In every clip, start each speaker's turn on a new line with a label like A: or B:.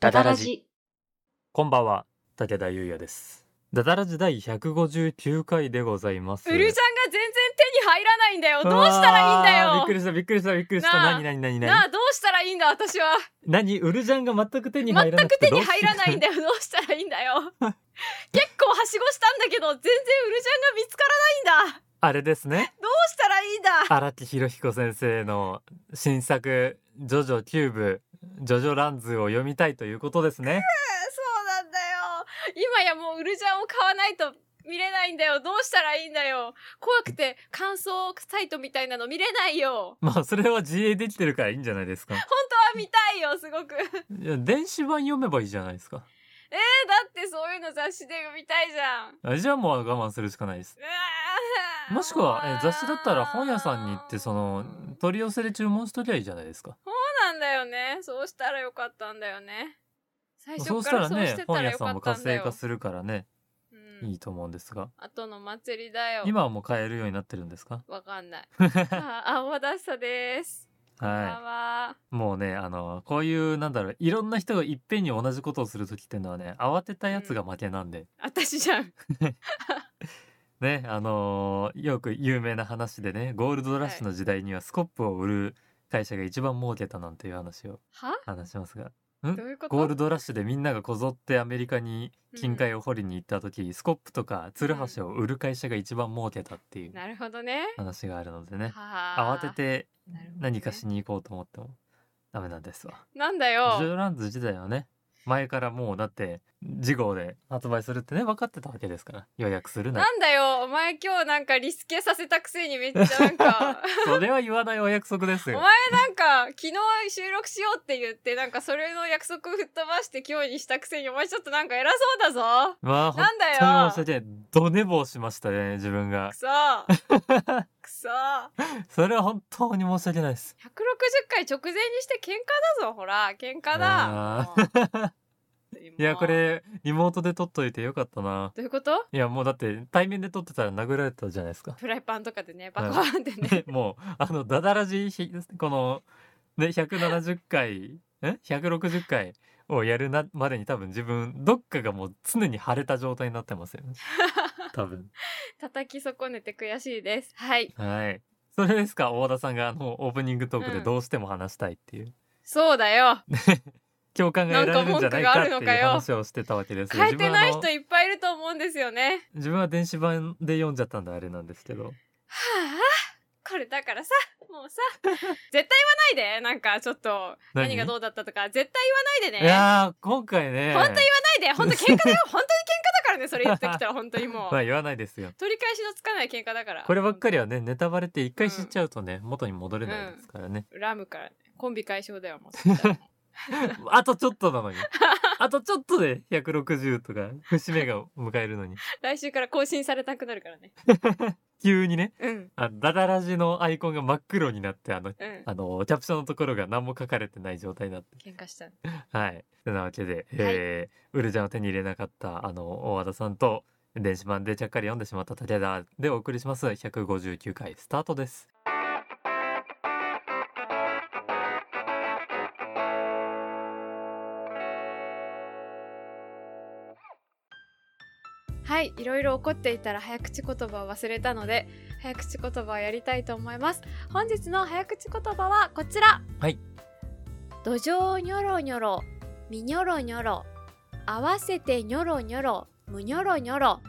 A: ダダラジ。
B: こんばんは、武田優也です。ダダラジ第159回でございます。
C: ウルちゃんが全然手に入らないんだよ。どう
B: わー
C: したらいい
B: びっ
C: ん
B: く
C: だよ。
B: りした、びっくりした、びっくりした。
C: なあ
B: 何何何
C: な
B: 何
C: あどうしたらいいんだ私は
B: 何ウルジャンが全く手に
C: 全
B: 入らなく
C: く
B: て
C: 手に入らないん
B: で。
C: だよどうしたらいいんだ よ結構はしごしたんだけど全然ウルちゃんが見つからないんだ
B: あれで すね。
C: どうしたらいいんだ
B: 荒木博彦先生の新作、ジョジョキューブ、ジョジョランズを読みたいということで すね。
C: そうなんだよ今やもうウルちゃんを買わないと見れないんだよどうしたらいいんだよ怖くて感想サイトみたいなの見れないよ
B: まあ、それは自営できてるからいいんじゃないですか。
C: 本当は見たいよすごく え
B: いや電子版読めばいいじゃないですか。
C: だってそういうの雑誌で読みたいじゃん
B: あじゃあもう我慢するしかないです。
C: うわー
B: もしくは、えー雑誌だったら本屋さんに行ってその取り寄せで注文しときゃいいじゃないですか。
C: そうなんだよねそうしたらよかったんだよね最
B: そ
C: 初
B: うし
C: か
B: た
C: ら
B: ら
C: そうし
B: ね
C: てた
B: 本
C: ら
B: 屋
C: よ
B: さ
C: か
B: んも
C: った
B: 活
C: んだ
B: 性
C: よ
B: 化するからね
C: うん
B: いいと思うんですが
C: 後の祭りだよ
B: 今はもう買えるようになってるんですか
C: わかん ないあ青葉だしさですこんばん
B: は
C: はい
B: もうねあのこういうなんだろういろんな人がいっぺんに同じことをする時っていうのはね慌てたやつが負けなんで、
C: 私じゃん
B: ねあのーよく有名な話でねゴールドラッシュの時代にはスコップを売る会社が一番儲けたなんていう話を
C: は
B: 話しますが
C: どういうこと
B: ゴールドラッシュでみんながこぞってアメリカに金塊を掘りに行った時、スコップとかツルハシを売る会社が一番儲けたっていう
C: なるほどね
B: 話があるのでね
C: は
B: 慌
C: あ
B: てて
C: なるほどね
B: 何かしに行こうと思ってもダメなんですわ。
C: なんだ
B: ジョ
C: よ
B: ーランズ自体はね前からもうだって次号で発売するってね分かってたわけですから予約するな
C: なんだよお前今日なんかリスケさせたくせにめっちゃなんか
B: それは言わないお約束です
C: お前
B: よ。
C: なんか昨日収録しようって言ってなんかそれの約束吹っ飛ばして今日にしたくせにお前ちょっとなんか偉そうだぞ
B: まあ本
C: なんだよ
B: 当に申し訳ないど寝坊しましたね自分が
C: く。そくそ
B: それは本当に申し訳ないです。
C: 160回直前にして喧嘩だぞほら喧嘩だも
B: あ
C: う
B: いやこれリモートで撮っといてよかったな。
C: どういうこと
B: いやもうだって対面で撮ってたら殴られたじゃないですか。
C: フライパンとかでねバコーンって ね、
B: ねもうあのダダラジひこのね170回え160回をやるなまでに多分自分どっかがもう常に腫れた状態になってますよ ね。多分
C: 叩き損ねて悔しいですはい
B: はい。それですか大田さんがあのオープニングトークでどうしても話したいっていう、
C: そうだよ
B: 共感が得られるんじゃないかっていう話をしてたわけですよ
C: 変えてない
B: 自分は
C: 人
B: あの
C: いっぱいいると思うんですよね
B: 自分は電子版で読んじゃったんであれなんですけど
C: はあこれだからさもう さ絶対言わないでなんかちょっと
B: 何
C: 何がどうだったとか絶対言わないでね
B: いやー今回ね
C: 本当言わないで本当喧嘩だ よ本当に喧嘩だからねそれ言ってきたら本当にもう
B: まあ言わないですよ
C: 取り返しのつかない喧嘩だから
B: こればっか
C: り
B: りはねネタバレって一回知っちゃうとね、元に戻れないですからね、
C: ラムからねコンビ解消だよもうそした ら
B: あとちょっとなのにあとちょっとで160とか節目が迎えるのに
C: 来週から更新されなくなるからね
B: 急にね
C: うん
B: あダダラジのアイコンが真っ黒になってあの
C: うん
B: あのキャプションのところが何も書かれてない状態になって
C: 喧嘩したね
B: はいてなわけで、えーウルジャンを手に入れなかったあの大和田さんと電子版でちゃっかり読んでしまった武田でお送りします159回スタートです
C: はいいろいろ怒っていたら早口言葉を忘れたので早口言葉をやりたいと思います本日の早口言葉はこちら
B: はい
C: 土壌ニョロニョロみニョロニョロ合わせてニョロニョロむニョロニョロ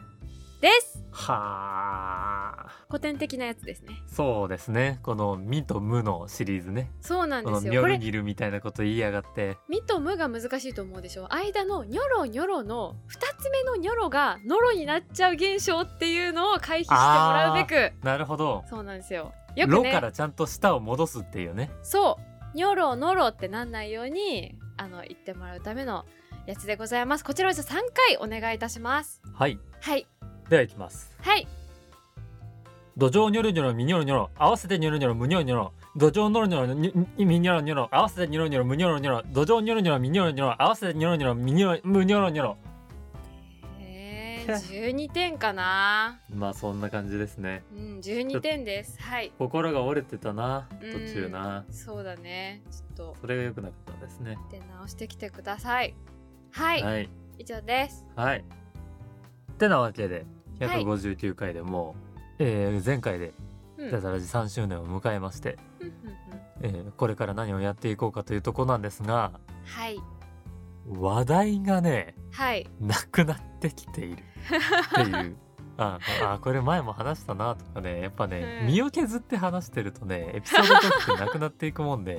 C: です
B: はあ
C: 古典的なやつですね
B: そうですねこの「み」と「む」のシリーズね
C: そうなん
B: こ
C: で
B: の「
C: す
B: ミ
C: よ
B: ョ
C: こ
B: ル
C: れ
B: ギル」みたいなこと言いやがって
C: みとむが難しいと思うでしょ間のニョロニョロの2つ目のニョロがノロになっちゃう現象っていうのを回避してもらうべく
B: なるほど
C: そうなんですよ
B: 「
C: よ
B: ろ
C: く」
B: か
C: ね
B: らちゃんと舌を戻すっていうね
C: そうニョロノロってなんないようにあの言ってもらうためのやつでございますこちらをじゃあ3回お願いいたします
B: はい
C: はい
B: ではいきます
C: はい
B: 「土壌ニョロニョロミニョロニョロ合わせてニョロニョロムニョロニョロ土壌ノロニョロニョミニョロニョロ合わせてニョロニョロムニョロニョロ土壌ニョロニョロミニョロニョロ合わせてニョロニョロミニョロムニョロニョロ
C: え点12点 かな
B: まあそんな感じですね
C: うん12点ですはい
B: 心が折れてたな
C: うん
B: 途中な、
C: そうだねちょっと
B: それが良くなかったですね
C: 出直してきてくださいはい、
B: はい
C: 以上です
B: はい。ってなわけで159回でもう、えー前回で
C: うん
B: 「ダダラジ」3周年を迎えまして、
C: うんうんうん
B: えーこれから何をやっていこうかというとこなんですが
C: はい
B: 話題がね
C: はい
B: なくなってきているっていうああこれ前も話したなとかねやっぱね、
C: うん
B: 身を削って話してるとねエピソードトークってなくなっていくもんで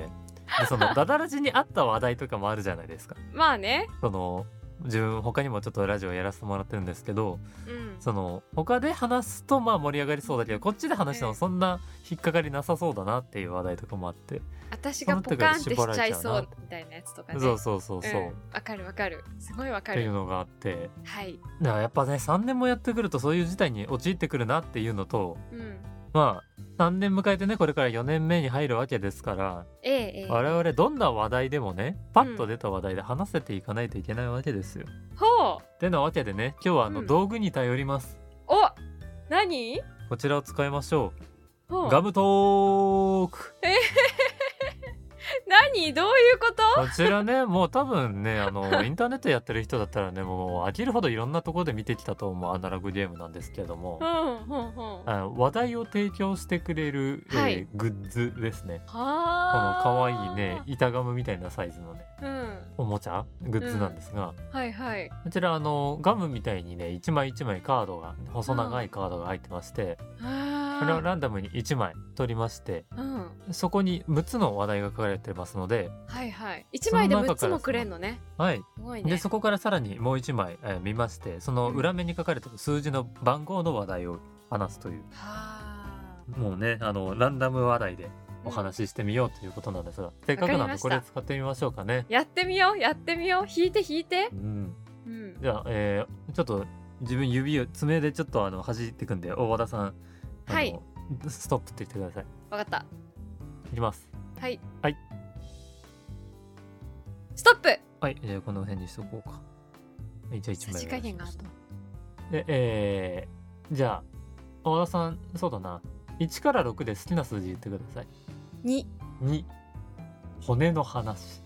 B: で そのダダラジに合った話題とかもあるじゃないですか。
C: まあね
B: その自分他にもちょっとラジオやらせてもらってるんですけど、
C: うん
B: その他で話すとまあ盛り上がりそうだけどこっちで話して
C: え
B: も
C: え
B: そんな引っかかりなさそうだなっていう話題とかもあって、
C: 私がポカンってしちゃいそ
B: そうな
C: う
B: って
C: みたいなやつとかね
B: そうそうそうそう、
C: ん
B: っ
C: わかるわかるすごいわか
B: ていう
C: る
B: のがあって
C: はい
B: だからやっぱね3年もやってくるとそういう事態に陥ってくるなっていうのと
C: うん
B: まあ3年迎えてねこれから4年目に入るわけですから
C: ええええ
B: 我々どんな話題でもねパッと出た話題で話せていかないといけないわけですよ。
C: ほう
B: てなわけでね今日はあの
C: うん
B: 道具に頼ります。
C: お何
B: こちらを使いましょ
C: ほ
B: う。
C: う
B: ガムトーク
C: 何どういうこと
B: こちらねもう多分ねあ のインターネットやってる人だったらねもう飽きるほどいろんなところで見てきたと思うアナログゲームなんですけれども
C: う。んうんうんは
B: あの話題を提供してくれる、えー
C: はい
B: グッズですねこの
C: あ
B: 可愛いね板ガムみたいなサイズのね
C: うん
B: おもちゃグッズなんですが、
C: はいはい
B: こちらあのガムみたいにね一枚一枚カードが細長いカードが入ってまして、これを
C: あ
B: ランダムに一枚取りまして
C: ーうん
B: そこに6つの話題が書かれてますので
C: はいはい一枚で
B: その中
C: 6つ
B: から
C: も
B: さ
C: くれんのね
B: はい
C: すごい
B: で
C: ね
B: そこからさらにもう一枚、えー見ましてその裏面に書かれてる数字の番号の話題を話すという
C: は
B: もうねあのランダム話題で
C: ー
B: お話ししてみようということなんですが、せっかく
C: わ
B: な
C: かり
B: ん
C: ま
B: で
C: した
B: これ使ってみましょうかね。
C: やってみようやってみよう引いて引いて
B: うん、
C: うん
B: じゃあ、えーちょっと自分指を爪でちょっとあの弾いていくんで大和田さんあの
C: はい
B: ストップって言ってください。
C: わかった
B: いきます。
C: はい
B: はい
C: ストップ
B: はいじゃあこの辺にしとこうか。はいじゃあ一
C: さ
B: 枚
C: じ加減が
B: お
C: あ
B: 願
C: る
B: いしますでえーじゃあ大和田さんそうだな1から6で好きな数字言ってください。
C: 2
B: 2骨 の話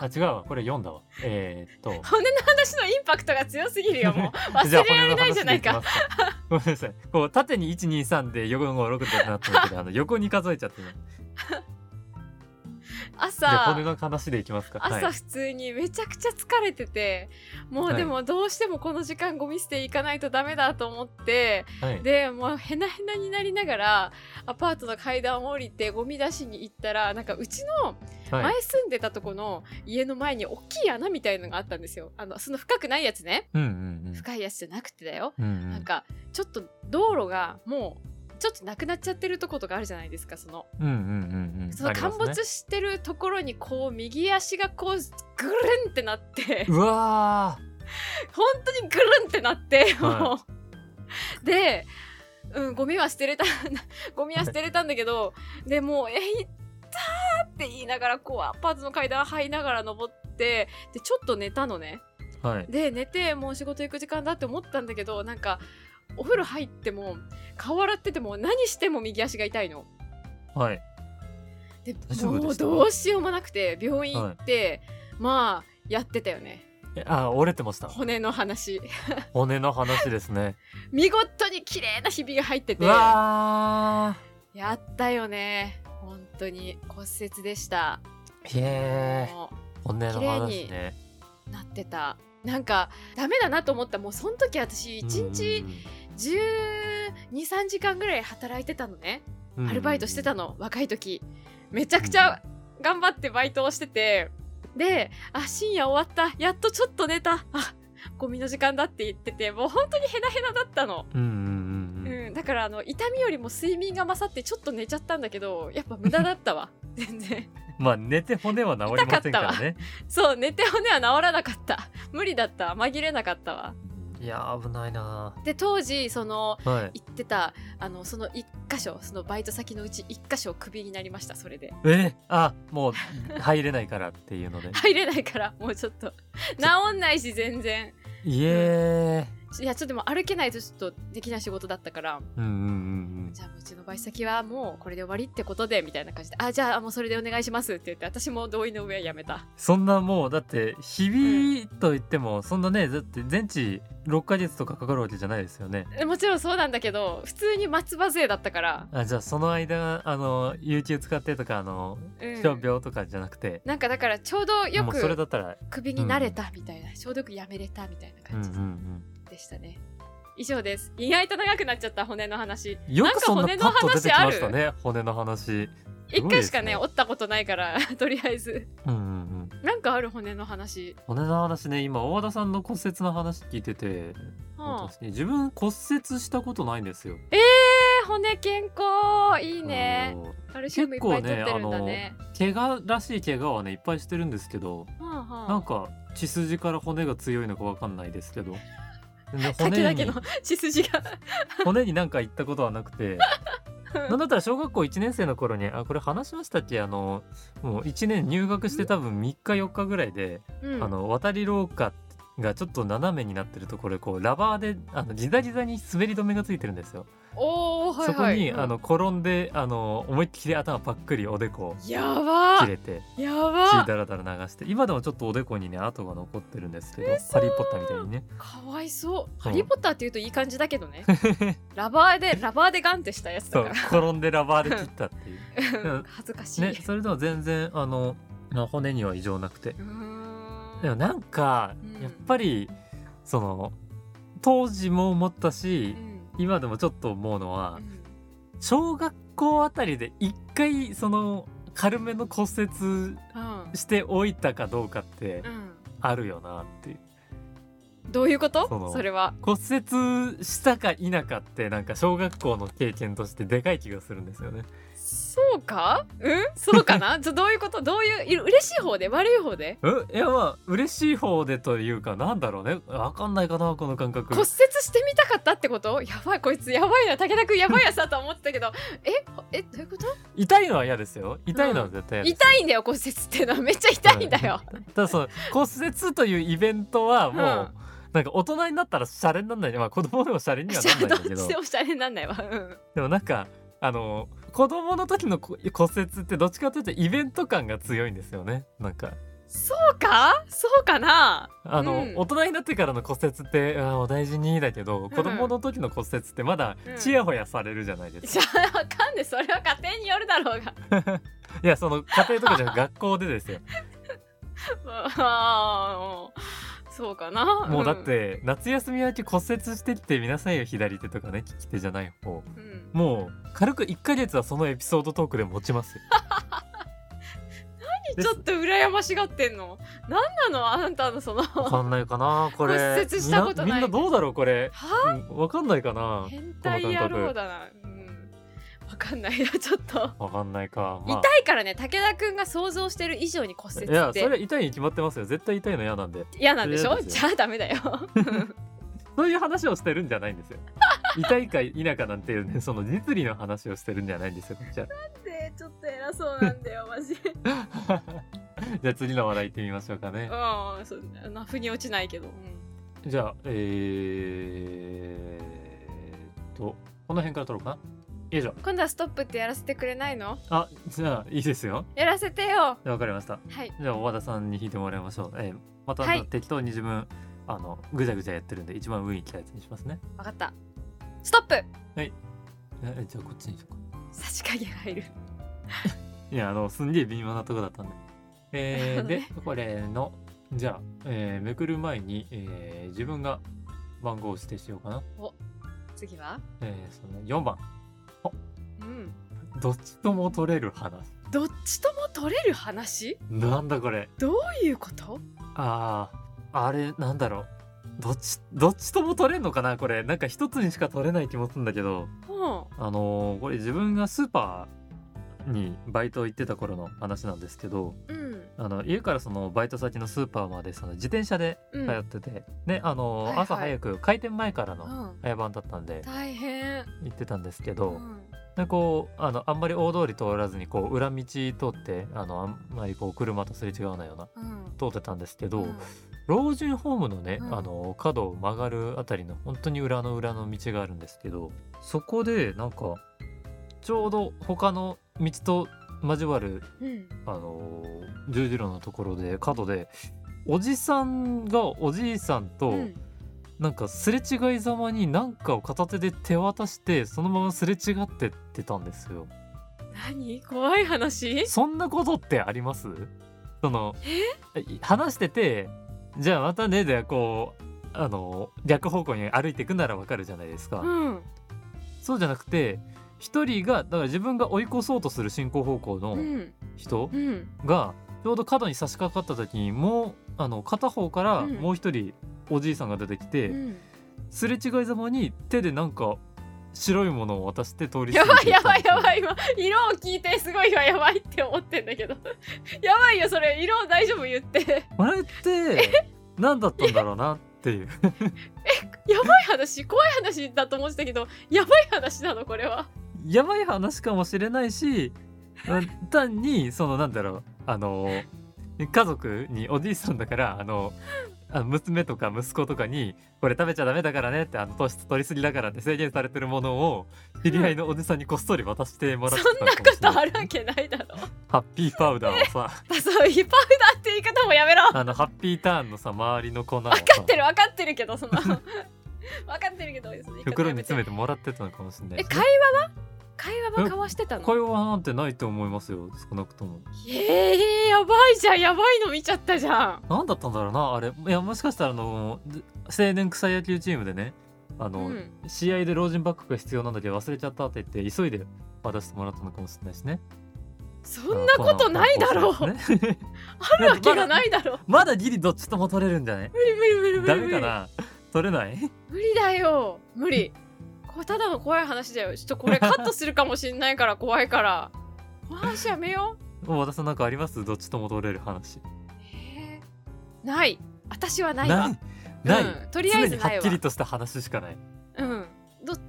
B: あ違うわこれ読んだわえー、っと
C: 骨の話のインパクトが強すぎるよもう 忘れられないじゃないか
B: じゃあ骨の話でいきますかごめんなさいこう縦に123で横56ってなったんだけどあの横に数えちゃってるじゃあ骨
C: 朝
B: の話でいきますかはい
C: 朝普通にめちゃくちゃ疲れてて、もうでもどうしてもこの時間ゴミ捨て行かないとダメだと思って、
B: はい、
C: でもうへなへなになりながらアパートの階段を降りてゴミ出しに行ったらなんかうちの
B: はい、
C: 前住んでたとこの家の前に大きい穴みたいのがあったんですよあのその深くないやつね
B: うんうん
C: 深いやつじゃなくてだよ、
B: うんうんう
C: なん
B: ん
C: かちょっと道路がもうちょっとなくなっちゃってるとことかあるじゃないですかその
B: うんうんうん
C: その
B: あります
C: 陥
B: ね
C: 没してるところにこう右足がこうぐるんってなって
B: うわ
C: 本当にぐるんってなって、
B: はい
C: もうで、うん、ゴミは捨てれた ゴミは捨てれたんだけどでもう「えいった!」って言いながらこうアパートの階段這いながら登ってでちょっと寝たのね
B: ーはい
C: で寝てもう仕事行く時間だって思ったんだけどなんかお風呂入っても顔洗ってても何しても右足が痛いの。
B: はい
C: で
B: 大丈夫
C: も
B: で
C: う
B: した
C: どうしようもなくて病院行って、まあやってたよね
B: えあ折れて ました
C: 骨の話
B: 骨の話ですね
C: 見事に綺麗なひびが入ってて
B: うわ
C: やったよね本当に骨折でした
B: ーへえ
C: も
B: 骨の話ね
C: うなってたなんかダメだなと思ったもうその時私1日1 2 3時間ぐらい働いてたのねアルバイトしてた
B: の
C: の若い時めちゃくちゃ頑張ってバイトをしててであ深夜終わったやっとちょっと寝たあゴミの時間だって言っててもう本当にヘナヘナだったの、
B: うんうんうんうん
C: うん、だからあの痛みよりも睡眠が勝ってちょっと寝ちゃったんだけどやっぱ無駄だったわ全然
B: まあ寝て骨は治りませんからね。
C: そう寝て骨は治らなかった無理だった紛れなかったわ
B: いやー危ないな
C: で当時その
B: ー。はい。
C: 行ってたあのその1箇所そのバイト先のうち1箇所クビになりましたそれで
B: えあもう入れないからっ ていうので。
C: 入れないからもうちょっと治んないし全然
B: いえ
C: いやちょっとでも歩けないとちょっとできない仕事だったから
B: うんうんうん
C: じゃあうちのバイト先はもうこれで終わりってことでみたいな感じであじゃあもうそれでお願いしますって言って私も同意の上やめた
B: そんなもうだってひびといってもそんなねだって全治6ヶ月とかかかるわけじゃないですよね
C: えもちろんそうなんだけど普通に松葉勢だったから、
B: あじゃあその間あの有給使ってとかあの
C: うん
B: 傷病とかじゃなくて、
C: なんかだからちょうどよ
B: もうそれだ
C: く
B: ったら
C: クビになれたみたいな、ちょうどよくやめれたみたいな
B: うん
C: 感
B: うん
C: じ
B: うん
C: でしたね、以上です意外と長くなっちゃった骨の話
B: よくそんなパ
C: なんか
B: ッと出てきました
C: 骨
B: ね骨の話す
C: 一
B: ごいです
C: 回
B: ね
C: しかね折ったことないから とりあえず
B: うんうんうん
C: なんかある骨の話、
B: 骨の話ね今大和田さんの骨折の話聞いてて、
C: はあ
B: 私ね自分骨折したことないんですよ
C: えー、骨健康いいね
B: あの
C: カルシウムい
B: 結
C: っぱ
B: 構
C: い取
B: ね
C: って
B: あ
C: るんだ
B: の
C: ね
B: 怪我らしい怪我はねいっぱいしてるんですけど
C: はあはあ
B: なんか血筋から骨が強いのかわかんないです けど全然
C: 竹
B: 骨
C: だけ
B: に
C: の 血筋 が
B: 骨になんか行ったことはなくてなんだったら小学校1年生の頃にあこれ話しましたっけあのもう1年入学して多分3日4日ぐらいで、
C: うん
B: あの渡り廊下がちょっと斜めになってるところでこうラバーであのギザギザに滑り止めがついてるんですよ、
C: おーはいはい
B: そこに、
C: うん
B: あの転んであの思いっきり頭パックリおでこ
C: やば
B: 切
C: ー
B: れて
C: や
B: 血
C: ば
B: だらだら流して今でもちょっとおでこにね跡が残ってるんですけど「ハリー・ポッター」みたいにね
C: かわいそう。
B: ん
C: ハリー・ポッターって言うといい感じだけど ね。ラバーで、ラバーでガンってしたやつ
B: そ
C: だ
B: う
C: か
B: 転んでラバーで切ったっていう
C: ら。
B: う
C: うんん恥ずかしい。
B: ねそれでも全然あのまあ骨には異常なくて
C: うーん
B: でもなんか、
C: うん
B: やっぱりその当時も思ったし、
C: うん
B: 今でもちょっと思うの
C: う
B: は、
C: ん
B: 小学校あたりで一回その軽めの骨折
C: うん
B: しておいたかどうかって
C: う
B: あるよなっていう
C: んどういうこと
B: その
C: それは。
B: 骨折したか否かってなんか小学校の経験としてでかい気がするんですよね
C: そうかうんそうかな ちょどういうことどういうい、嬉しい方で悪い方で
B: えいやまあ嬉しい方でというかなんだろうねわかんないかなこの感覚
C: 骨折してみたかったってことやばい、こいつやばいな、武田君やばいやつだと思ってたけど、えほえ、どういうこと
B: 痛いのは嫌ですよ痛いのは絶対嫌です、
C: 痛いんだよ、骨折っていうのは。めっちゃ痛いんだよ。
B: ただその骨折というイベントはもう、
C: うん
B: なんか大人になったらシャレになんないまあ子供でもシャレにはならないん
C: ど
B: だ
C: っ
B: けど
C: ちでもシャレになんないわ。うん
B: でもなんかあの子供の時のこ骨折ってどっちかというとイベント感が強いんですよねなんか
C: そうかそうかな
B: あの、
C: うん
B: 大人になってからの骨折ってあーお大事にだけど子供の時の骨折ってまだ
C: うん
B: ちやほやされるじゃないです
C: じ
B: か
C: ゃ、あわかんねえそれは家庭によるだろうが
B: いやその家庭とかじゃなく学校でですよ
C: あーそうかな
B: もうだっ、て、夏休み明け骨折してってみなさいよ左手とかね利き手じゃない方
C: うんうん
B: もう軽く1ヶ月はそのエピソードトークで持ちますよ
C: ちょっと羨ましがってんのなんなのあんたのそ の
B: わかんないかなこれ
C: 骨折したことない
B: みんなみんなどうだろう これ、
C: は
B: うん、わかんないかな
C: 変態野郎だなうんわかんないよちょっと
B: わかんないか、まあ
C: 痛いからね武田くんが想像してる以上に骨折
B: いや
C: っ
B: それは
C: て
B: 痛いに決まってますよ絶対痛いの嫌なんで
C: 嫌なんでし
B: そ
C: ょ
B: れはです
C: じ
B: よ
C: ゃあダメだよ
B: そういう話をしてるんじゃないん ですよ痛いか否かなんていうねその実利の話をしてるんじゃないんですよこっちは
C: でちょっと偉そうなんだよマジ
B: じゃあ次の話題行ってみましょうかね
C: うんそんな腑に落ちないけど、うん
B: じゃあえー、っとこの辺から取ろうかなよいしょ
C: 今度はストップってやらせてくれないの
B: あじゃあいいですよ
C: やらせてよ
B: わかりました
C: はい
B: じゃあ和田さんに弾いてもらいましょう、えーまた、
C: はい
B: 適当に自分あのぐちゃぐちゃやってるんで一番上に来たやつにしますね
C: わかったストップ
B: ええじゃあこっちにしようか
C: 差し影が入る
B: いやあのすんげえ微妙なとこだったんで、え
C: な
B: ー
C: る
B: でこれのじゃあ、えーめくる前に、えー自分が番号を指定しようかな、
C: 次は
B: えーその4番
C: うん
B: どっちとも取れる話
C: どっちとも取れる話
B: なんだこれ
C: どういうこと
B: あーあれなんだろうどっちどっちとも取れんのかなこれなんか一つにしか取れない気もするんだけど
C: う
B: あのーこれ自分がスーパーにバイト行ってた頃の話なんですけど
C: んうん
B: あの家からそのバイト先のスーパーまでその自転車で
C: うん
B: 通ってて、であ
C: は
B: の、
C: いはい
B: 朝早く開店前からの
C: うん
B: 早番だったんで
C: 大変
B: 行ってたんですけ
C: う
B: ど、
C: ん
B: でこうあのあんまり大通り通らずにこう裏道通ってあのあんまりこう車とすれ違わないような
C: うん
B: 通ってたんですけど、
C: うん
B: 老人ホームのね、
C: うん
B: あの角を曲がるあたりの本当に裏の裏の道があるんですけどそこでなんかちょうど他の道と交わる
C: うん
B: あの十字路のところで角でおじさんがおじいさんと、
C: うん
B: なんかすれ違いざまに何かを片手で手渡してそのまますれ違ってってたんですよ。
C: 何怖い話
B: そんなことってありますその話しててじゃあまたねでこうあの逆方向に歩いていくならわかるじゃないですか、
C: うん
B: そうじゃなくて一人がだから自分が追い越そうとする進行方向
C: う
B: の
C: ん
B: 人
C: うん
B: がちょうど角に差し掛かった時にもうあの片方から
C: うん
B: もう一人おじいさんが出てき
C: う
B: て、
C: ん
B: すれ違いざまに手でなんか白いものを渡して通り
C: やばいやばいや
B: い
C: ばい今色を聞いてすごい今やばいって思ってんだけどやばいよそれ色大丈夫言って
B: あれって何だったんだろうなっていう
C: やばい話怖い話だと思ってたけどやばい話なのこれは
B: やばい話かもしれないしうん単にそのなんだろうあの家族におじいさんだからあのあ娘とか息子とかにこれ食べちゃダメだからねってあの糖質取りすぎだからって制限されてるものを知り合いのおじさんにこっそり渡してもら
C: そ
B: って
C: ん
B: た
C: なこ
B: のかもしれ
C: と
B: な
C: あ
B: い
C: るわけないだろ
B: ハッピーパウダーをさ
C: そうヒパウダーって言い方もやめ ろ
B: あのハッピーターンのさ周りの粉をさ
C: 分かってる分かってるけどその 分かってるけどその言い方
B: 袋
C: や
B: に
C: めて
B: 詰めてもらってたのかもしれない
C: え
B: ですね
C: 会話は会話は交わしてたの
B: 会話なんてないと思いますよ少なくとも
C: えー、やばいじゃんやばいの見ちゃったじゃん
B: なんだったんだろうなあれいやもしかしたらあのず青年草野球チームでねあの、
C: うん
B: 試合で老人バッグが必要なんだけど忘れちゃったって言って急いで渡してもらったのかもしれないしね
C: そんなことないだろう
B: あのこの
C: あるわけがないだろう
B: まだギリどっちとも取れるんじゃない
C: 無理無理無理無理無理
B: ダメかな取れない
C: 無理だよ無理これただの怖い話だよちょっとこれカットするかもしんないから怖いからこの話やめよう
B: もう和田さんなんかありますどっちとも取れる話
C: えーない私はないわ
B: ない、
C: うん、とりあえず
B: 常
C: な
B: に
C: い
B: はっ
C: わ
B: きりとした話しかない
C: うんどど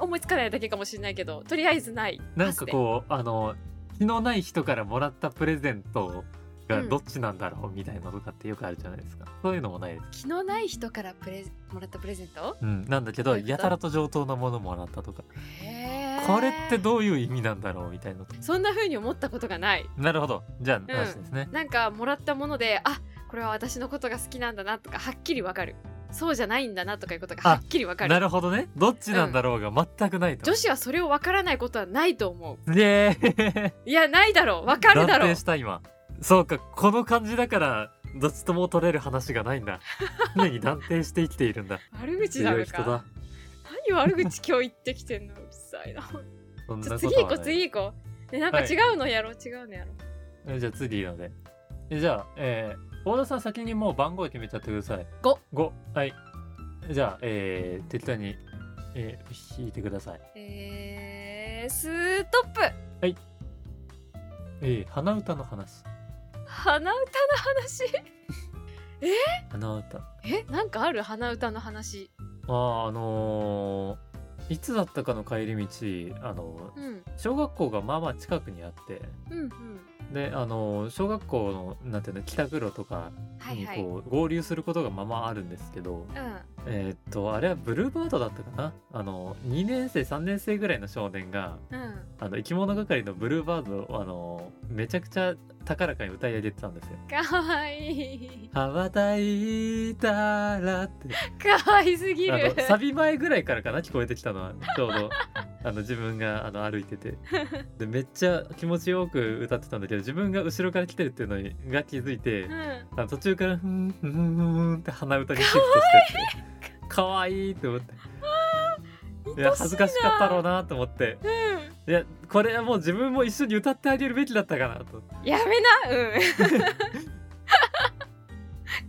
C: 思いつかないだけかもしれないけどとりあえずない
B: なんかこうあの気のない人からもらったプレゼントがどっちなんだろうみたいなのとかってよくあるじゃないですか、そういうのもないです
C: パスで気のない人からプレゼもらったプレゼント
B: うん、なんだけど
C: そういうこと
B: やたらと上等なものもらったとか、
C: へー
B: これってどういう意味なんだろうみたいな
C: そんな風に思ったことがない
B: なるほどじゃあ、なしですね
C: なんかもらったものであこれは私のことが好きなんだなとかはっきりわかるそうじゃないんだなとかいうことがはっきりわかる
B: なるほどねどっちなんだろうが全くないと、
C: 女子はそれを分からないことはないと思う
B: ねえ
C: いやないだろう分かるだ
B: 断
C: ろう
B: 定した今そうかこの感じだからどっちとも取れる話がない んだ常に断定して生きているんだ
C: 悪口な
B: 強い
C: の
B: 人
C: か
B: だ
C: 何悪口今日言ってきてんのうるさ いな
B: そんな
C: ちょ
B: こと
C: 次行こう次行
B: はない
C: こうねなんか
B: はい
C: 違うのやろう、違うのやろう
B: えじゃあ次のでえじゃあえー、大田さん先にもう番号決めちゃってください
C: ご
B: 五はいじゃあえー、適当に、えー、引いてください
C: えー、ストップ
B: えー、鼻歌の話
C: 鼻歌の話
B: 鼻歌あ
C: えなんかある鼻歌の話
B: ああのーいつだったかの帰り道あの
C: うん
B: 小学校がまあまあ近くにあって
C: うんうん
B: であの小学校のなんていうの帰宅路とか
C: はい
B: に
C: はいうん
B: こう合流することがまあまああるんですけど、えーっとあれはブルーバードだったかなあの2年生3年生ぐらいの少年が
C: うん
B: あの生き物係のブルーバードをあのめちゃくちゃ高らかに歌い上げてたんですよ。
C: かわいい
B: 羽ばたいたらって
C: かわいすぎ
B: あ
C: る
B: のサビ前ぐらいからかな聞こえてきたのはちょ うどあの自分があの歩いててでめっちゃ気持ちよく歌ってたんだけど自分が後ろから来てるっていうのにが気づいて
C: うん
B: あの途中から「ふんふんふんふん」って鼻歌にシフトしてってかわいいって思っていや
C: 愛しいな
B: 恥ずかしかったろうなと思って
C: う
B: いやこれはもう自分も一緒に歌ってあげるべきだったかなと
C: んやめなうん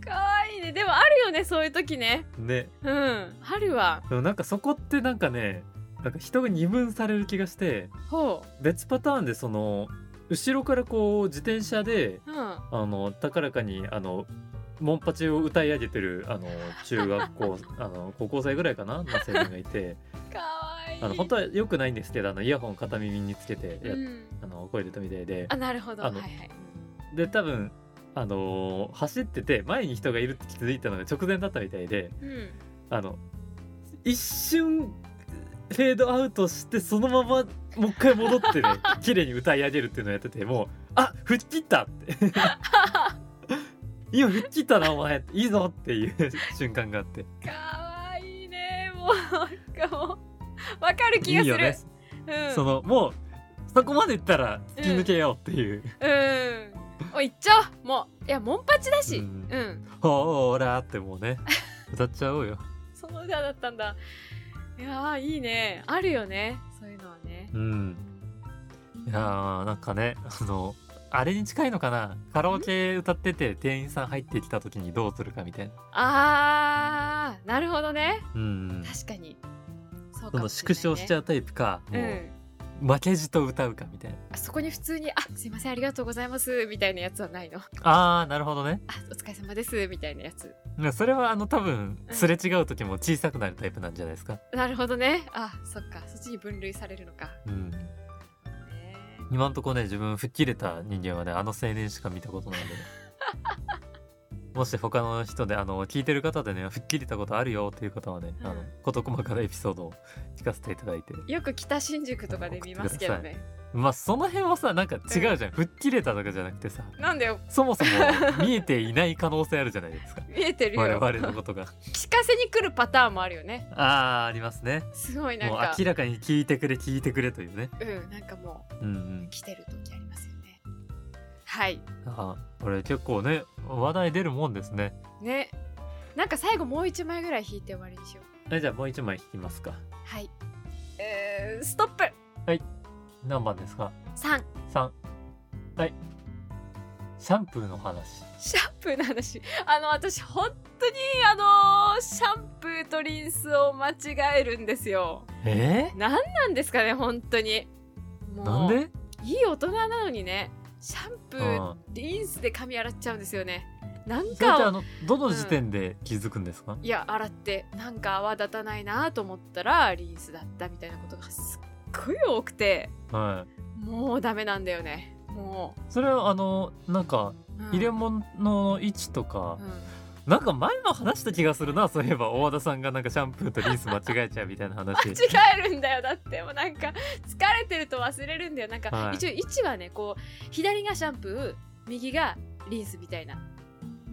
C: かわいいねでもあるよねそういう時ね
B: ね
C: うんあるわ
B: でもなんかそこってなんかねなんか人が二分される気がして
C: ほ
B: 別パターンでその後ろからこう自転車で
C: ううん
B: あの高らかにあのモンパチを歌い上げてるあの中学校 あの高校生ぐらいかなの青年がいて
C: かわいい
B: あの本当は良くないんですけどあのイヤホン片耳につけてや
C: うん
B: あの声で止めてで
C: あなるほどは
B: あ
C: い
B: の
C: はい
B: で多分あのー走ってて前に人がいるって気づいたのが直前だったみたいで
C: うん
B: あの一瞬フェードアウトしてそのままもう一回 戻ってね綺麗に歌い上げるっていうのをやっててもう「あ吹っ切った!」 って「今吹っ切ったなお前いいぞ!」っていう瞬間があって
C: かわいいねもうなんかもうわかる
B: い
C: 気が
B: い
C: する
B: よね、
C: うん、
B: そのもうそこまでいったら突き抜けようっていう、
C: うんもう行っちゃおうもういやモンパチだし
B: う
C: うんん、
B: ほーらってもうね歌っちゃおうよ。
C: その歌だったんだいやーいいねあるよねそういうのはね
B: うん、いやーなんかねあのあれに近いのかなカラオケ歌ってて店員さん入ってきた時にどうするかみたいな。
C: あーなるほどね
B: うん、
C: 確かにそう
B: そ
C: か
B: の
C: もしれ
B: 縮
C: ないね
B: 小しちゃうタイプか、
C: う
B: も
C: ん
B: う負けじと歌うかみたいな。
C: あそこに普通に「あすいませんありがとうございます」みたいなやつはないの「
B: あーなるほどね。
C: あお疲れ様です」みたいなやつ
B: いやそれはあの多分
C: うん
B: すれ違う時も小さくなるタイプなんじゃないですか。
C: なるほどねあそっかそっちに分類されるのか
B: うん、
C: ね
B: 今んとこね自分吹っ切れた人間はねあの青年しか見たことな いんでね。もし他の人であの聞いてる方でね吹っ切れたことあるよっていう方はね、あの
C: うん
B: 事細かなエピソードを聞かせていただいて
C: よく北新宿とかで見ますけどね
B: まあその辺はさなんか違うじゃん、吹っ切れたとかじゃなくてさ
C: なんだよ
B: そもそも見えていない可能性あるじゃないです か
C: 見えてる
B: 我
C: よ
B: 々のこと が
C: 聞かせに来るパターンもあるよね
B: あーありますね
C: すごいなん
B: もう
C: か
B: 明らかに聞いてくれ聞いてくれというね
C: うんなんかも
B: うんう
C: うん来てる時ありますよねはい
B: あーこれ結構ね話題出るもんですね
C: ねなんか最後もう一枚ぐらい引いて終わりにしよう
B: はいじゃあもう一枚引きますか
C: はいえー、ストップ
B: 何番ですか
C: 3
B: 3はいシャンプーの話
C: シャンプーの話。あの、私、本当に、あのシャンプーとリンスを間違えるんですよ。
B: え
C: なんなんですかね、本当に。もう
B: ー、なんで
C: いい大人なのにね、シャンプー、
B: うん
C: リンスで髪洗っちゃうんですよね。なん
B: それってあ
C: か、
B: のどの時点で気づくんですか、
C: いや、洗って、なんか泡立たないなと思ったら、リンスだったみたいなことがすっごい多くて、
B: はい
C: もうダメなんだよね。も
B: それはあのなんか
C: う。うん
B: 入れ物の位置とか
C: う、ん
B: なんか前も話した気がするなそういえば大和田さんがなんかシャンプーとリンス間違えちゃうみたいな話
C: 間違えるんだよだってもうなんか疲れてると忘れるんだよなんか、
B: はい
C: 一応位置はねこう左がシャンプー右がリンスみたいな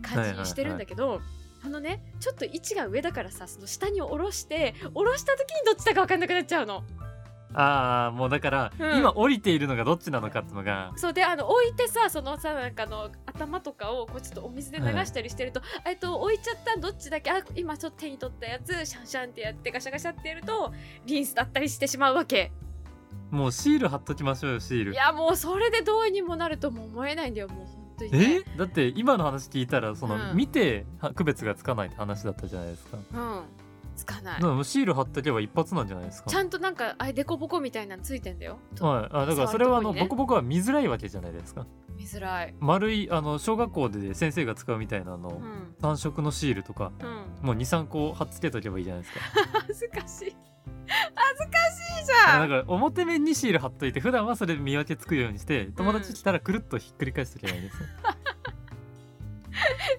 C: 感じにしてるんだけど、あのねちょっと位置が上だからさその下に下ろして下ろした時にどっちだか分かんなくなっちゃうの
B: ああもうだから、
C: うん
B: 今降りているのがどっちなのかってのが
C: そうであの置いてさそのさなんかあの頭とかをこうちょっとお水で流したりしてると、えっと置いちゃったどっちだっけあ今ちょっと手に取ったやつシャンシャンってやってガシャガシャってやるとリンスだったりしてしまうわけ。
B: もうシール貼っときましょうよシール
C: いやもうそれでどうにもなるとも思えないんだよもう本当に、
B: え
C: ね、
B: だって今の話聞いたらその、
C: うん
B: 見ては区別がつかないって話だったじゃないですか、
C: うんつかない
B: でもシール貼っとけば一発なんじゃないですか
C: ちゃんとなんかあれデコボコみたいなのついてんだよ
B: はい、あだからそれはあの、
C: 触るとこにね
B: ボコボコは見づらいわけじゃないですか
C: 見づらい
B: 丸いあの小学校で先生が使うみたいなあの、
C: うん
B: 単色のシールとか
C: うん
B: もう23個貼っつけとけばいいじゃないです か
C: 恥ずかしい恥ずかしいじゃ
B: だ
C: ん
B: から表面にシール貼っといて普段はそれで見分けつくようにして友達来たらくるっとひっくり返しとけばいいんで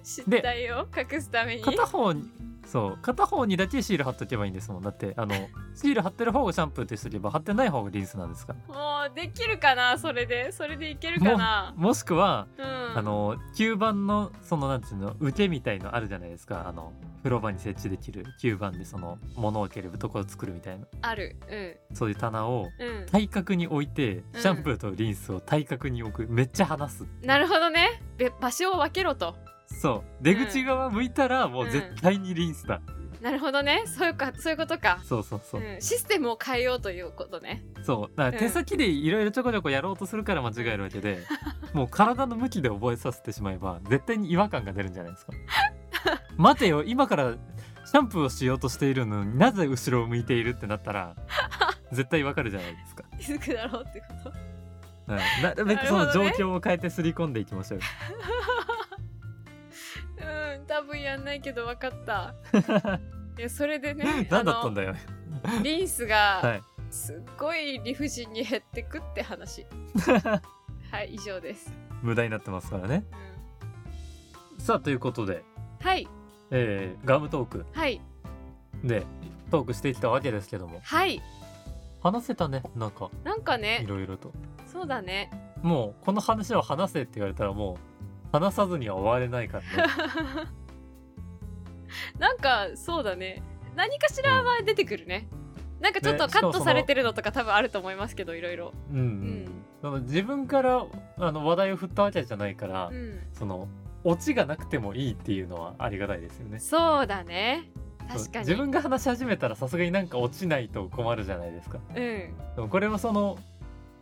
B: すよ、
C: 失態を隠すために
B: 片方にそう片方にだけシール貼っとけばいいんですもんだってあのシール貼ってる方がシャンプーってしとけば貼ってない方がリンスなんですから
C: もうできるかなそれでそれでいけるかな
B: もしくは、
C: うん
B: あの吸盤のそのなんていうの受けみたいのあるじゃないですかあの風呂場に設置できる吸盤でその物を置けるところを作るみたいな
C: あるう
B: そういう棚を
C: んうん
B: 対角に置いて
C: うん
B: シャンプーとリンスを対角に置くめっちゃ離す
C: なるほどねべ場所を分けろと
B: そう出口側向いたらもう絶対にリンスだ、
C: なるほどねそういうかそういうことか
B: そうそうそう、
C: うん、システムを変えようということね
B: そうだから手先でいろいろちょこちょこやろうとするから間違えるわけで、 もう体の向きで覚えさせてしまえば絶対に違和感が出るんじゃないですか待てよ今からシャンプーをしようとしているのになぜ後ろを向いているってなっ たら絶対わかるじゃないですか、
C: 気づくだろうってこと
B: はい、なるべくそ
C: な
B: の
C: るほ
B: 状
C: どね
B: 況を変えて刷り込んでいき ましょう
C: うん多分やんないけど分かった いやそれでね
B: 何だったんだよ
C: あのリンス
B: は
C: が
B: い
C: すっごい理不尽に減って くって話はい以上です、
B: 無駄になってますからね
C: うん
B: さあということで、
C: はい
B: えーガムトーク
C: はい
B: でトークしてきたわけですけども
C: はい
B: 話せたねなんか
C: なんか
B: い
C: ね
B: ろいろと
C: そうだね
B: もうこの話を話せって言われたらもう話さずには終われないか らね
C: なんかそうだね何かしらは出てくるね、なんかちょっと
B: ね
C: カッ
B: しかも
C: ト
B: その
C: されてるのとか多分あると思いますけどいろいろ
B: うん、うん、その自分からあの話題を振ったわけじゃないから、
C: うん
B: そのオチがなくてもいいっていうのはありがたいですよね
C: そうだね確
B: そう
C: かに
B: 自分が話し始めたらさすがになんか落ちないと困るじゃないですか
C: うん
B: でもこれはその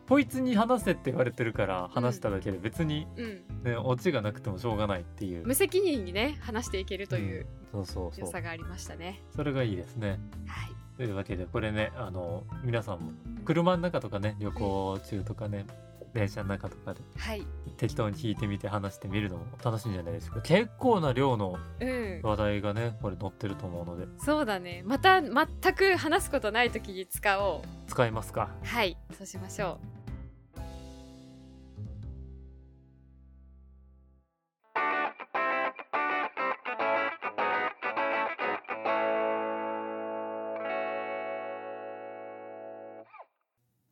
B: こいつに話せって言われてるから話しただけで別に、
C: うん
B: ねオチがなくてもしょうがないっていう
C: 無責任にね話していけるという
B: そうそうそ
C: 良
B: う
C: さがありましたね、
B: それがいいですね
C: はい
B: というわけでこれねあの皆さんも車の中とかね旅行中とかね電車の中とかで
C: はい
B: 適当に聞いてみて話してみるのも楽しいんじゃないですか結構な量の
C: うん
B: 話題がねこれ載ってると思うので
C: そうだねまた全く話すことない時に使おう
B: 使いますか
C: はいそうしましょ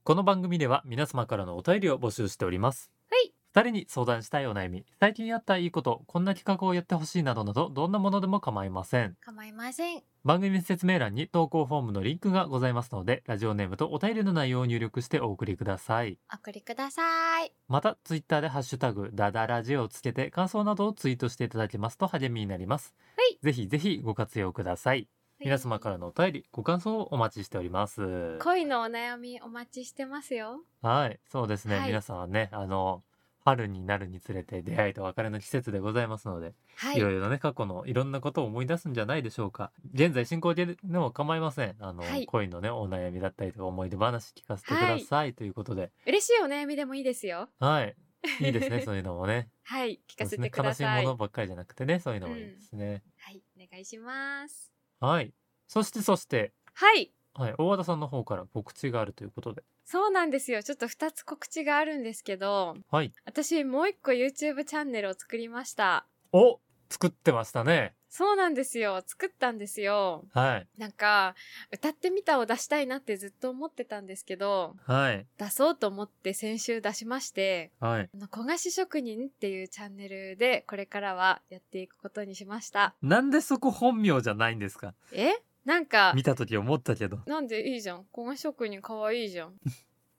B: この番組では皆様からのお便りを募集しております。
C: はい。
B: 二人に相談したいお悩み、最近あったいいこと、こんな企画をやってほしいなどなど、どんなものでも構いません。
C: う構いません
B: 番組説明欄に投稿フォームのリンクがございますので、ラジオネームとお便りの内容を入力してお送りください。
C: お送りください
B: また、ツイッターでハッシュタグ、ダダラジオをつけて、感想などをツイートしていただけますと励みになります。
C: はい。
B: ぜひぜひご活用ください。皆様からのお便り、ご感想をお待ちしております。
C: 恋のお悩みお待ちしてますよ
B: はい、そうですね。
C: はい
B: 皆さんはね、あの春になるにつれて出会いと別れの季節でございますので、、
C: はいい
B: ろいろね過去のいろんなことを思い出すんじゃないでしょうか。現在進行形でも構いません。あの、
C: はい
B: 恋のねお悩みだったりとか思い出話聞かせてください、ということで、
C: 嬉しいお悩みでもいいですよ
B: はい、いいで すね。そういうのもね、
C: はい聞かせ
B: そうで
C: て
B: す
C: くだ
B: ね。悲
C: さ
B: し
C: い
B: いものばっかりじゃなくてね、そういうのもいいですね。
C: はいお願いします
B: はい、そしてそして。
C: はい
B: はい、大和田さんの方から告知があるということで、
C: そうなんですよちょっと2つ告知があるんですけど
B: はい、
C: 私もう1個 YouTube チャンネルを作りました
B: お、作ってましたね。
C: そうなんですよ作ったんですよ
B: はい、
C: なんか、歌ってみたを出したいなってずっと思ってたんですけど、
B: はい、
C: 出そうと思って先週出しまして、
B: はい。
C: あの、焦がし職人っていうチャンネルでこれからはやっていくことにしました。
B: なんでそこ本名じゃないんですか
C: えなんか、
B: 見た時思ったけど
C: なんでいいじゃん。焦がし職人可愛いじゃん。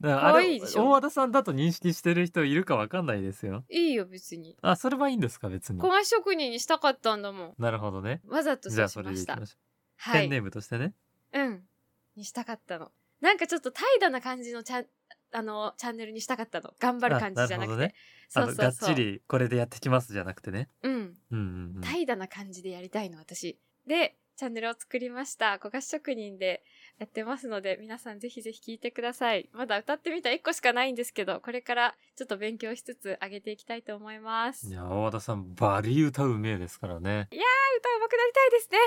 B: だから
C: 可
B: あれ
C: 愛いでしょ
B: 大和田さんだと認識してる人いるかわかんないですよ
C: いいよ、別に。
B: あそれはいいんですか別に
C: 焦がし職人にしたかったんだもん。
B: なるほどね
C: わざと
B: じ
C: そ
B: ゃ
C: う
B: あ
C: し
B: それ
C: ま
B: でい
C: し
B: き
C: た
B: ま。しょう、
C: は
B: ペン
C: い。
B: ネームとしてね
C: うん。にしたかったの。なんかちょっと怠惰な感じのチャン、あの、チャンネルにしたかったの。頑張る感じじゃなくて。
B: あなるほどね
C: そ
B: あ
C: うそ
B: の
C: うそう。
B: がっちりこれでやってきますじゃなくてね
C: うん。
B: うんうんうん
C: 怠惰な感じでやりたいの私でチャンネルを作りました焦がし職人でやってますので皆さんぜひぜひ聴いてくださいまだ歌ってみた1個しかないんですけどこれからちょっと勉強しつつ上げていきたいと思います
B: い
C: あ歌う
B: や大和田さんバリ歌うめえですから
C: ま
B: ね
C: くなりたいですね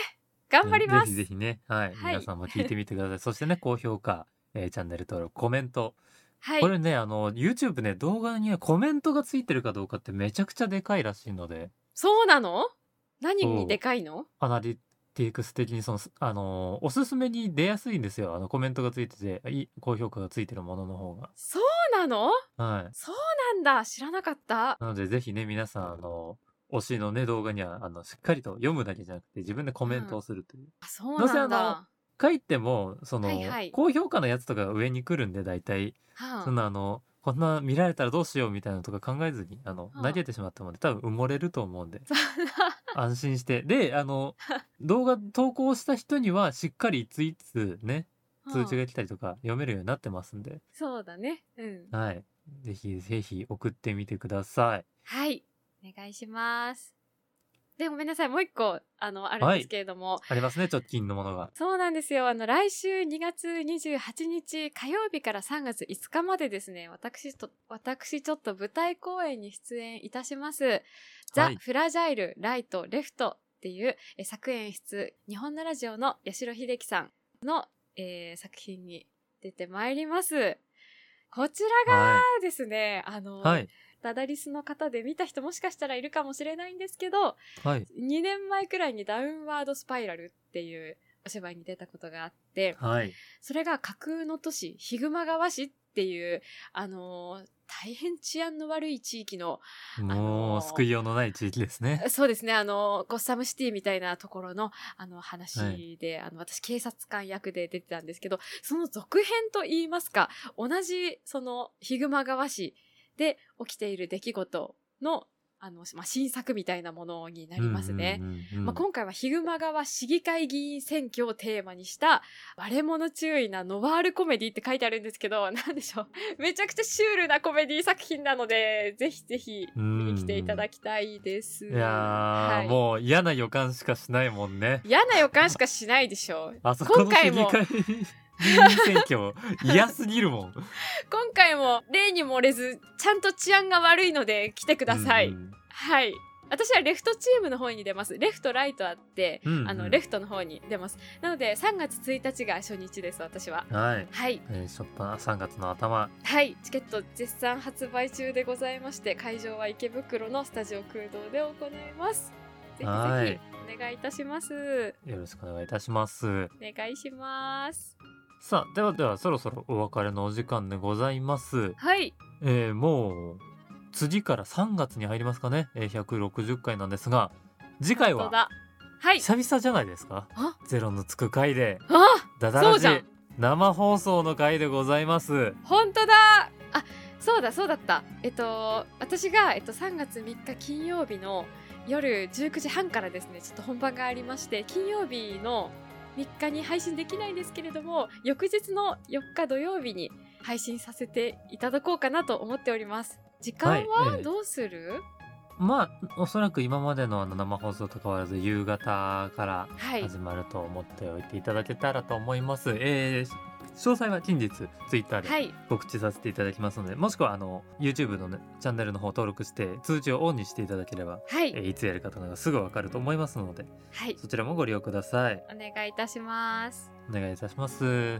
C: 頑張ります
B: ぜひぜひねはい、
C: はい
B: 皆さんも聞いてみてください そしてね高評価、えーチャンネル登録コメント、
C: はい
B: これねあの YouTube ね動画にはコメントがついてるかどうかってめちゃくちゃでかいらしいので
C: そうなの何にでかいの
B: アナリティクス的にその、すあのーおすすめに出やすいんですよ。あの、コメントがついてて、いい高評価がついてるものの方が。
C: そうなの
B: はい。
C: なんだ知らなかった
B: なので、ぜひね、皆さん、あの、推しのね、動画には、あの、しっかりと読むだけじゃなくて、自分でコメントをするという。
C: あそうなん
B: どうせあ
C: だ
B: 書いても、その、
C: はいはい
B: 高評価のやつとかが上に来るんで、大体、
C: はあ
B: そんな、あの、こんな見られたらどうしようみたいなのとか考えずに、あの、
C: うん
B: 投げてしまったので、多分埋もれると思う んで、安心して。で、あの、動画投稿した人には、しっかりいついつね、通
C: は
B: 知
C: あ
B: が来たりとか読めるようになってますんで、
C: そうだねうん
B: はい。ぜひぜひ送ってみてください。
C: はい。お願いします。で、ごめんなさい。もう一個、あの、あるんですけれども。
B: ありますね、直近のものが。
C: そうなんですよ。あの、来週2月28日火曜日から3月5日までですね、私と、私ちょっと舞台公演に出演いたします。ザ・
B: はい
C: フラジャイル・ライト・レフトっていう、え作演出、日本のラジオの八代秀樹さんの、えー作品に出てまいります。こちらが
B: は
C: ですね、あの、
B: い。はい。
C: ダダリスの方で見た人もしかしたらいるかもしれないんですけど、
B: はい。
C: 2年前くらいにダウンワードスパイラルっていうお芝居に出たことがあって、
B: はい。
C: それが架空の都市、ヒグマ川市っていう、あのー大変治安の悪い地域の、
B: もう、救いようのない地域ですね。
C: そうですね、あのーゴッサムシティみたいなところの、あの、話で、あの、私、警察官役で出てたんですけど、その続編と言いますか、同じ、その、ヒグマ川市で起きている出来事の、あの、まあ、新作みたいなものになりますね。
B: うんうんうんうん。
C: まあ、今回はヒグマ川市議会議員選挙をテーマにした割れ物注意なノワールコメディって書いてあるんですけど、なんでしょう。めちゃくちゃシュールなコメディ作品なので、ぜひぜひ見に来ていただきたいです。
B: いやー、
C: はい
B: もう嫌な予感しかしないもんね。
C: 嫌な予感しかしないでしょう。
B: あそこの
C: 今
B: 市
C: 回
B: 議
C: も
B: 会議員選挙、嫌すぎるも ん。
C: 今回も例に漏れず、ちゃんと治安が悪いので来てください。
B: うん
C: はい。私はレフトチームの方に出ます。レフト、ライトあって、
B: うんうん
C: あの、レフトの方に出ます。なので、3月1日が初日です、私は。
B: うんはい。
C: はい。
B: えー、ちょっと3月の頭。
C: はい、チケット絶賛発売中でございまして、会場は池袋のスタジオ空洞で行います。ぜひ
B: は
C: ぜ
B: い
C: ひお願いいたします。
B: よろしくお願いいたします。
C: お願いします。
B: さあ、ではではそろそろお別れのお時間でございます。
C: はい、
B: えーもう、次から3月に入りますかね。えー、160回なんですが、次回
C: どう
B: は、
C: だ。はい。
B: 久々じゃないですか
C: あ
B: ゼロのつく回で、
C: あ、
B: ダダ
C: そ
B: ラ
C: う
B: ジ
C: じゃん
B: 生放送の回でございます。
C: 本当だ。あ、そうだそうだった。えっと私がえっと3月3日金曜日の夜19時半からですね、ちょっと本番がありまして、金曜日の3日に配信できないんですけれども、翌日の4日土曜日に配信させていただこうかなと思っております。時間
B: はい
C: は
B: ええ
C: どうする？
B: まあ、おそらく今までのあの生放送と変わらず、夕方から
C: はい、
B: 始まると思っておいていただけたらと思います。えー詳細は近日ツイッターで
C: はい、
B: 告知させていただきますので、もしくはあの YouTube の、ね、チャンネルの方登録して通知をオンにしていただければ、
C: は
B: え
C: い、
B: ーいつやるかというのがすぐわかると思いますので
C: はい、
B: そちらもご利用ください
C: お願いいたします。
B: お願いいたします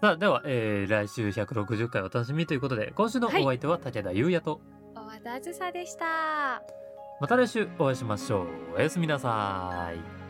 B: さあでは、えー来週160回お楽しみということで今週のお
C: はい
B: 相手は武田優也と、
C: お和田あずさでした。
B: また来週お会いしましょうおやすみなさい